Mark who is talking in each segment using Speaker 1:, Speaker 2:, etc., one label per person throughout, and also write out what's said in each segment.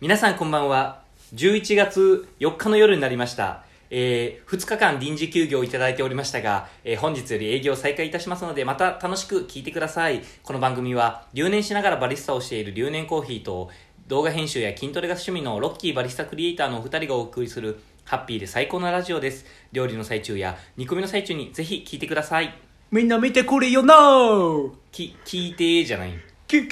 Speaker 1: 皆さんこんばんは11月4日の夜になりました、えー、2日間臨時休業をいただいておりましたが、えー本日より営業を再開いたしますのでまた楽しく聞いてくださいこの番組は留年しながらバリスタをしている留年コーヒーと動画編集や筋トレが趣味のロッキーバリスタクリエイターのお二人がお送りするハッピーで最高なラジオです料理の最中や煮込みの最中にぜひ聞いてください
Speaker 2: みんな見てくれよな
Speaker 1: き聞いてじゃない
Speaker 2: 聞い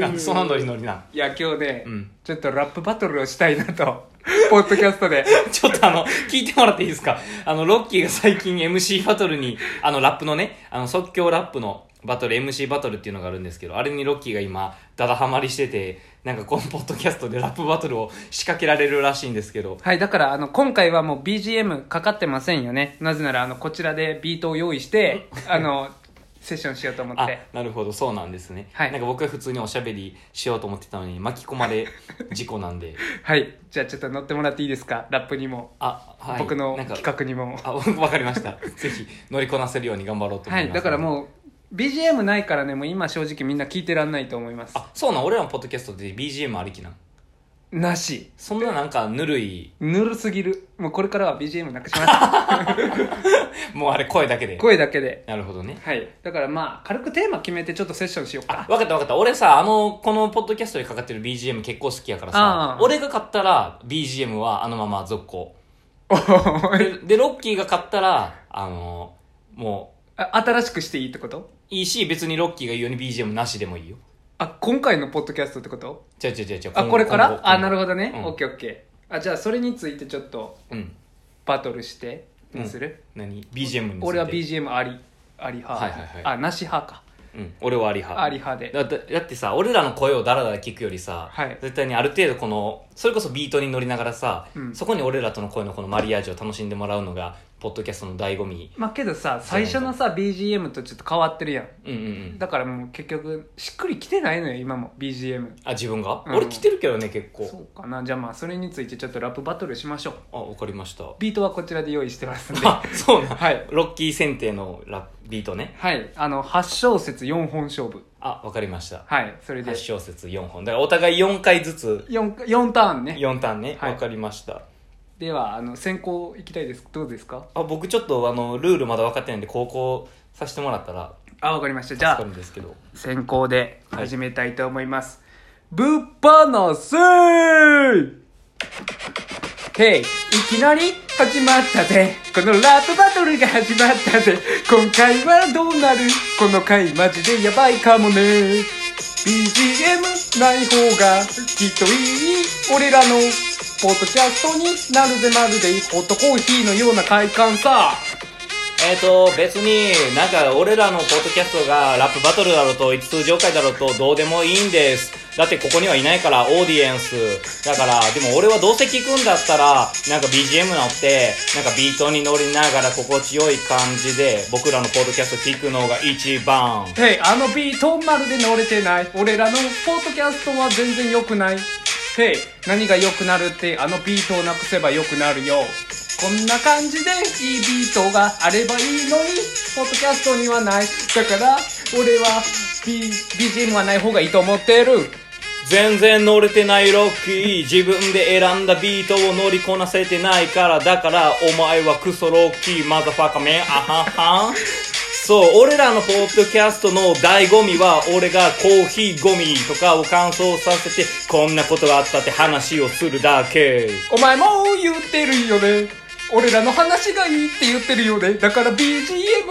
Speaker 2: て
Speaker 1: あそのノリノリない
Speaker 2: や今日ね、
Speaker 1: うん
Speaker 2: ちょっとラップバトルをしたいなと ポッドキャストで
Speaker 1: ちょっとあの、聞いてもらっていいですかあの、ロッキーが最近 MC バトルに、あの、ラップのね、あの、即興ラップのバトル、MC バトルっていうのがあるんですけど、あれにロッキーが今、ダダハマりしてて、なんかこのポッドキャストでラップバトルを仕掛けられるらしいんですけど、
Speaker 2: はいだからあの今回はもう BGM かかってませんよねなぜならあのこちらでビートを用意 してあのセッションしようと思っ
Speaker 1: あ
Speaker 2: て、
Speaker 1: なるほど、そうなんですね。
Speaker 2: はい
Speaker 1: なんか僕は普通におしゃべりしようと思ってたのに、巻き込まれ事故なん で、
Speaker 2: はいじゃあちょっと乗ってもらっていいですかラップにも、
Speaker 1: あ、はい。
Speaker 2: 僕の
Speaker 1: なんか
Speaker 2: 企画にも
Speaker 1: あ、わかりました。ぜひ乗りこなせるように頑張ろうと思
Speaker 2: はい
Speaker 1: ます。
Speaker 2: いだからもう BGM ないからねもう今正直みんな聞いてらんないと思います
Speaker 1: あ、そうなん、俺らのポッドキャストで BGM ありきなん。
Speaker 2: なし
Speaker 1: そんななんかぬるい
Speaker 2: ぬるすぎるもうこれからは BGM なくします
Speaker 1: もうあれ声だけで。
Speaker 2: 声だけで
Speaker 1: なるほどね。
Speaker 2: はいだからまあ軽くテーマ決めてちょっとセッションしよう
Speaker 1: あ、
Speaker 2: か
Speaker 1: わかったわかった。俺さ、あの、このポッドキャストでかかってる BGM 結構好きやからさ
Speaker 2: あ、ー
Speaker 1: 俺が買ったら BGM はあのまま続行。
Speaker 2: おー
Speaker 1: で、でロッキーが買ったら、あの、も
Speaker 2: あ新しくしていいってこと
Speaker 1: う、いいし、別にロッキーが言うように BGM なしでもいいよ。
Speaker 2: あ今回のポッドキャストってこと
Speaker 1: ちゃうちゃうちゃうちゃう。
Speaker 2: あ
Speaker 1: 今後
Speaker 2: これか
Speaker 1: 今
Speaker 2: ら
Speaker 1: 後
Speaker 2: あなるほどね、
Speaker 1: うん
Speaker 2: オッケーオッケーあじゃあそれについてちょっと
Speaker 1: うん。
Speaker 2: バトルして
Speaker 1: うん
Speaker 2: にする、
Speaker 1: 何 ?BGM について。
Speaker 2: 俺は。BGM ありあり派、
Speaker 1: はいはいはい
Speaker 2: あなし派か
Speaker 1: うん。俺はアリ派。
Speaker 2: あり派で
Speaker 1: だだだってさ俺らの声をダラダラ聞くよりさ、
Speaker 2: はい
Speaker 1: 絶対にある程度このそれこそビートに乗りながらさ、
Speaker 2: うん
Speaker 1: そこに俺らとの声のこのマリアージュを楽しんでもらうのがポッドキャストの醍醐味
Speaker 2: まあけどさ最初のさ BGM とちょっと変わってるやん
Speaker 1: うんうんうん
Speaker 2: だからもう結局しっくりきてないのよ今も BGM
Speaker 1: あ自分が、
Speaker 2: うん
Speaker 1: 俺来てるけどね結
Speaker 2: そ
Speaker 1: 構
Speaker 2: うかなじゃあまあそれについてちょっとラップバトルしましょう
Speaker 1: あわかりました
Speaker 2: ビートはこちらで用意してますん で
Speaker 1: あそうなん、
Speaker 2: はい
Speaker 1: ロッキー選定のラビートね
Speaker 2: はいあの8小節4本勝負
Speaker 1: あわかりました
Speaker 2: はいそれで
Speaker 1: 8小節4本だからお互い4回ずつ
Speaker 2: 4, 4ターンね
Speaker 1: 4ターンねわ、
Speaker 2: はい
Speaker 1: かりました
Speaker 2: ではあの先行いきたいですどうですか
Speaker 1: あ僕ちょっとあのルールまだ分かってないんで高校させてもらったら
Speaker 2: あわかりましたじ
Speaker 1: 助か
Speaker 2: ゃあ
Speaker 1: るんですけど
Speaker 2: 先行で
Speaker 1: はい
Speaker 2: 始めたいと思います、ぶっ放せーへいいきなり始まったぜこのラップバトルが始まったぜ今回はどうなるこの回マジでやばいかもね BGM ない方がきっといい俺らのポッドキャストになるぜまるでホットコーヒーのような快感さ
Speaker 1: えーと、別になんか俺らのポッドキャストがラップバトルだろうと、通常会だろうと、どうでもいいんです。だってここにはいないから、オーディエンス。だから、でも俺はどうせ聞くんだったら、なんか BGM 乗って、なんかビートに乗りながら心地よい感じで、僕らのポッドキャスト聞くのが一番。
Speaker 2: ヘイあのビートまるで乗れてない俺らのポッドキャストは全然良くないヘイ何が良くなるってあのビートをなくせば良くなるよこんな感じでいいビートがあればいいのにポッドキャストにはないだから俺は B BGM はない方がいいと思ってる
Speaker 1: 全然乗れてないロッキー自分で選んだビートを乗りこなせてないからだからお前はクソロッキーマザファカメンあははそう俺らのポッドキャストの醍醐味は俺がコーヒーゴミとかを乾燥させてこんなことがあったって話をするだけ
Speaker 2: お前もう言ってるよね俺らの話がいいって言ってるよねだから BGM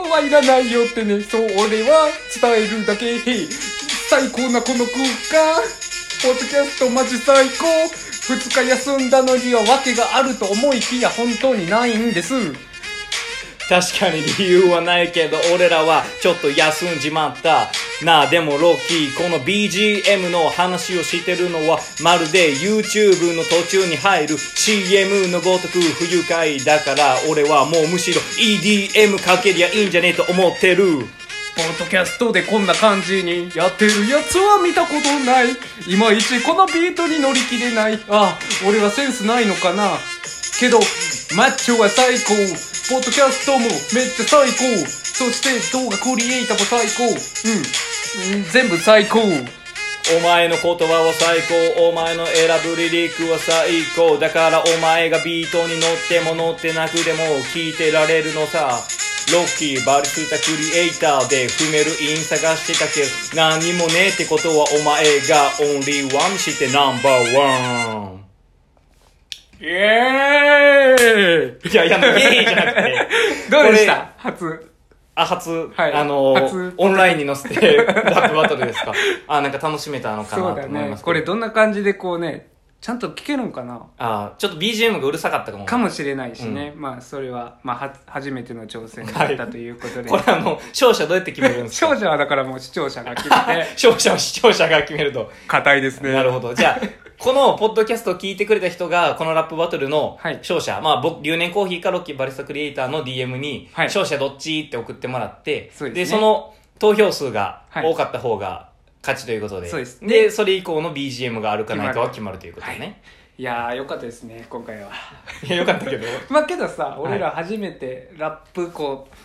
Speaker 2: はいらないよってねそう俺は伝えるだけへい最高なこの空間ポッドキャストマジ最高2日休んだのには訳があると思いきや本当にないんです
Speaker 1: 確かに理由はないけど俺らはちょっと休んじまったなあでもロッキーこの BGM の話をしてるのはまるで YouTube の途中に入る CM のごとく不愉快だから俺はもうむしろ EDM かけりゃいいんじゃねえと思ってる
Speaker 2: ポッドキャストでこんな感じにやってるやつは見たことないいまいちこのビートに乗り切れないあ俺はセンスないのかなけどマッチョは最高ポッドキャストもめっちゃ最高そして動画クリエイターも最高うんうん全部最高
Speaker 1: お前の言葉は最高お前の選ぶリリックは最高だからお前がビートに乗っても乗ってなくても聞いてられるのさロッキーバリスタクリエイターで踏めるイン探してたけど何にもねえってことはお前がオンリーワンしてナンバーワン
Speaker 2: イエーイ。
Speaker 1: いやいや、もうイエーイじゃなくて
Speaker 2: どうでし
Speaker 1: これ
Speaker 2: た初。
Speaker 1: あ、初、
Speaker 2: はい
Speaker 1: あの
Speaker 2: 初
Speaker 1: オンラインに載せて、バックバトルですか。あ、なんか楽しめたのか
Speaker 2: そ
Speaker 1: な
Speaker 2: うだ
Speaker 1: と思いま
Speaker 2: ね
Speaker 1: す。
Speaker 2: これ、どんな感じでこうね、ちゃんと聞けるんかな
Speaker 1: あ、ちょっと BGM がうるさかったかも。
Speaker 2: かもしれないしね。まあ、それは、まあ、は、初めての挑戦だったということで
Speaker 1: こ。れはもう、勝者どうやって決めるんです
Speaker 2: 勝
Speaker 1: か。
Speaker 2: 者はだからもう視聴者が決めて
Speaker 1: 勝者は視聴者が決めると。
Speaker 2: 硬いです
Speaker 1: なるほど。じゃあ、このポッドキャストを聞いてくれた人が、このラップバトルの
Speaker 2: はい
Speaker 1: 勝者、まあ僕、留年コーヒーかロッキーバリスタクリエイターの DM に、
Speaker 2: はい
Speaker 1: 勝者どっちって送ってもらって、
Speaker 2: そう
Speaker 1: で
Speaker 2: ですね
Speaker 1: その投票数が
Speaker 2: はい
Speaker 1: 多かった方が勝ちということで、
Speaker 2: そうですね
Speaker 1: で、それ以降の BGM があるかないかは決まるということね。
Speaker 2: いやー、よかったですね、今回は。
Speaker 1: い、や、よかったけど。
Speaker 2: まあけどさ、
Speaker 1: い
Speaker 2: 俺ら初めてラップこう、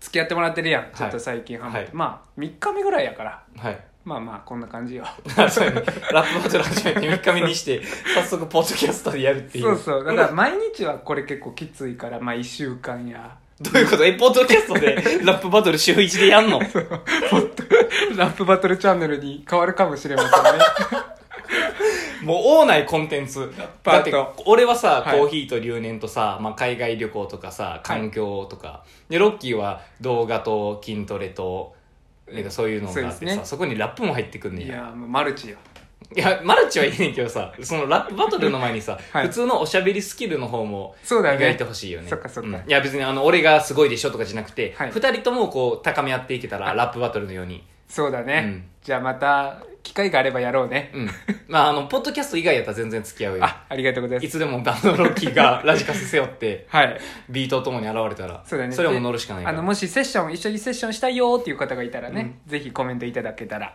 Speaker 2: 付き合ってもらってるやん。ちょっと最近ハマって。
Speaker 1: はい
Speaker 2: まあ、3日目ぐらいやから。
Speaker 1: はい。
Speaker 2: まあまあ、こんな感じよ。
Speaker 1: そうやねラップバトル始めて3日目にして、早速ポッドキャストでやるっていう。
Speaker 2: そうそう。だから毎日はこれ結構きついから、まあ1週間や。
Speaker 1: どういうことえ、ポッドキャスト でラップバトル週1でやんの
Speaker 2: もっとラップバトルチャンネルに変わるかもしれませんね。
Speaker 1: もう王内コンテンツ。
Speaker 2: パー
Speaker 1: だっ
Speaker 2: ト
Speaker 1: て、俺はさ、
Speaker 2: はい
Speaker 1: コーヒーと留年とさ、まあ、海外旅行とかさ、環境とか、で、ロッキーは動画と筋トレと、なんかそういうのがあっ
Speaker 2: そう
Speaker 1: て
Speaker 2: で
Speaker 1: さ、
Speaker 2: す
Speaker 1: そ,、
Speaker 2: ね
Speaker 1: こにラップも入ってくんね
Speaker 2: い
Speaker 1: んや。
Speaker 2: やー、もうマルチよ。
Speaker 1: いや、マルチはいいねんけどさ、そのラップバトルの前に さ、
Speaker 2: はい
Speaker 1: 普通のおしゃべりスキルの方も、
Speaker 2: そうだよね
Speaker 1: 磨いてほしいよね。
Speaker 2: そっかそっか
Speaker 1: うんいや、別にあの、俺がすごいでしょとかじゃなくて、
Speaker 2: はい
Speaker 1: 二、人ともこう、高め合っていけたら、ラップバトルのように。
Speaker 2: そうだね。
Speaker 1: うん
Speaker 2: じゃあまた、機会があればやろうね。
Speaker 1: うん。まあ、あの、ポッドキャスト以外やったら全然付き合うよ。
Speaker 2: あ、ありがとうございま
Speaker 1: い
Speaker 2: す。
Speaker 1: つでもバンドロッキーが ラジカセ背負って、
Speaker 2: はい。
Speaker 1: ビートともに現れたら、
Speaker 2: そうだね。
Speaker 1: れはもう乗るしかないか
Speaker 2: あ
Speaker 1: ら。
Speaker 2: の、もしセッション、一緒にセッションしたいよーっていう方がいたらね、ぜひコメントいただけたら、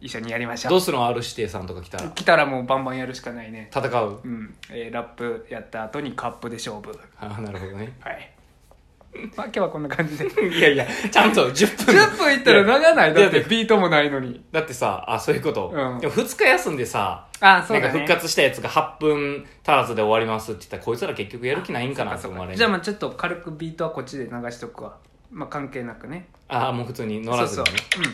Speaker 2: 一緒にやりましょう。
Speaker 1: どうするの ?R 指定さんとか来たら。
Speaker 2: 来たらもうバンバンやるしかないね。
Speaker 1: 戦う
Speaker 2: う。ん。えーラップやった後にカップで勝負。
Speaker 1: あなるほどね。
Speaker 2: はい。まあ今日はこんな感じで。
Speaker 1: いやいや、ちゃんと10分。
Speaker 2: 10分いったら長ない
Speaker 1: や
Speaker 2: だって
Speaker 1: や
Speaker 2: ビートもないのに。
Speaker 1: だってさ、あ、そういうこと。
Speaker 2: うん
Speaker 1: でも2日休んでさ、
Speaker 2: あ、そ
Speaker 1: な
Speaker 2: うん
Speaker 1: か
Speaker 2: だね。
Speaker 1: 復活したやつが8分足らずで終わりますって言ったら、こいつら結局やる気ないんかなって
Speaker 2: そう
Speaker 1: 思
Speaker 2: か
Speaker 1: われる。
Speaker 2: じゃあまあちょっと軽くビートはこっちで流しとくわ。まあ関係なくね。
Speaker 1: あ、もう普通に乗らずにね。
Speaker 2: そうそう。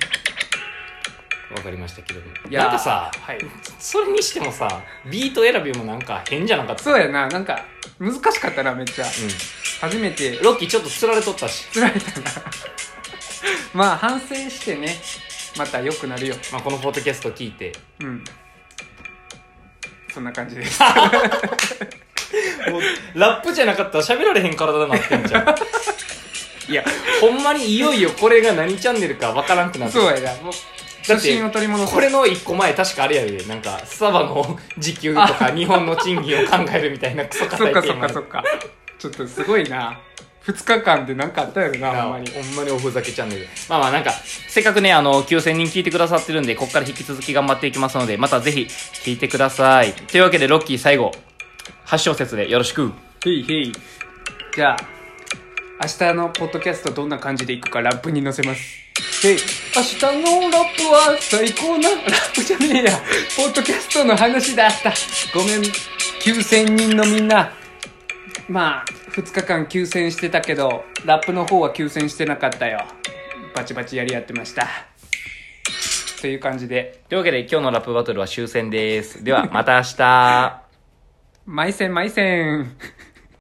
Speaker 1: わかりましたけども。
Speaker 2: うん。いやー
Speaker 1: なんかさ、
Speaker 2: はい。
Speaker 1: それにしてもさ、ビート選びもなんか変じゃなかった。
Speaker 2: そうやな、なんか難しかったな、めっちゃ。
Speaker 1: う
Speaker 2: 初めて
Speaker 1: ん。ロッキーちょっと釣られとったし。
Speaker 2: つられたな。 まあ反省してね、また良くなるよ。
Speaker 1: まあ、このポッドキャスト聞いて、
Speaker 2: うん。そんな感じ です。
Speaker 1: もうラップじゃなかったら喋られへん体になってんじゃんいや ほんまにいよいよこれが何チャンネルかわからんくなって
Speaker 2: そうやな、もう
Speaker 1: だ
Speaker 2: 初
Speaker 1: って
Speaker 2: 心を取り戻す
Speaker 1: こ。れの一個前確かあれやでなんかスタバの時給とか日本の賃金を考えるみたいなクソ
Speaker 2: そ
Speaker 1: 硬
Speaker 2: っ
Speaker 1: い
Speaker 2: か
Speaker 1: テ
Speaker 2: そ
Speaker 1: ー
Speaker 2: っ
Speaker 1: マ
Speaker 2: かそっか。ちょっとすごいな。2日間でなんかあったやろな、
Speaker 1: なほん
Speaker 2: ほんま
Speaker 1: ま
Speaker 2: に
Speaker 1: に。ほんまにおふざけチャンネルまあまあなんかせっかくねあの9000人聞いてくださってるんでここから引き続き頑張っていきますのでまたぜひ聞いてくださいというわけでロッキー最後8小節でよろしく
Speaker 2: へいへい。じゃあ、明日のポッドキャストどんな感じでいくかラップに載せます。へい。明日のラップは最高な、ラップじゃねえや。ポッドキャストの話だった。ごめん、9000人のみんな。まあ、2日間休戦してたけど、ラップの方は休戦してなかったよ。バチバチやり合ってました。という感じで、
Speaker 1: というわけで今日のラップバトルは終戦ですではまた明日
Speaker 2: 毎戦毎戦。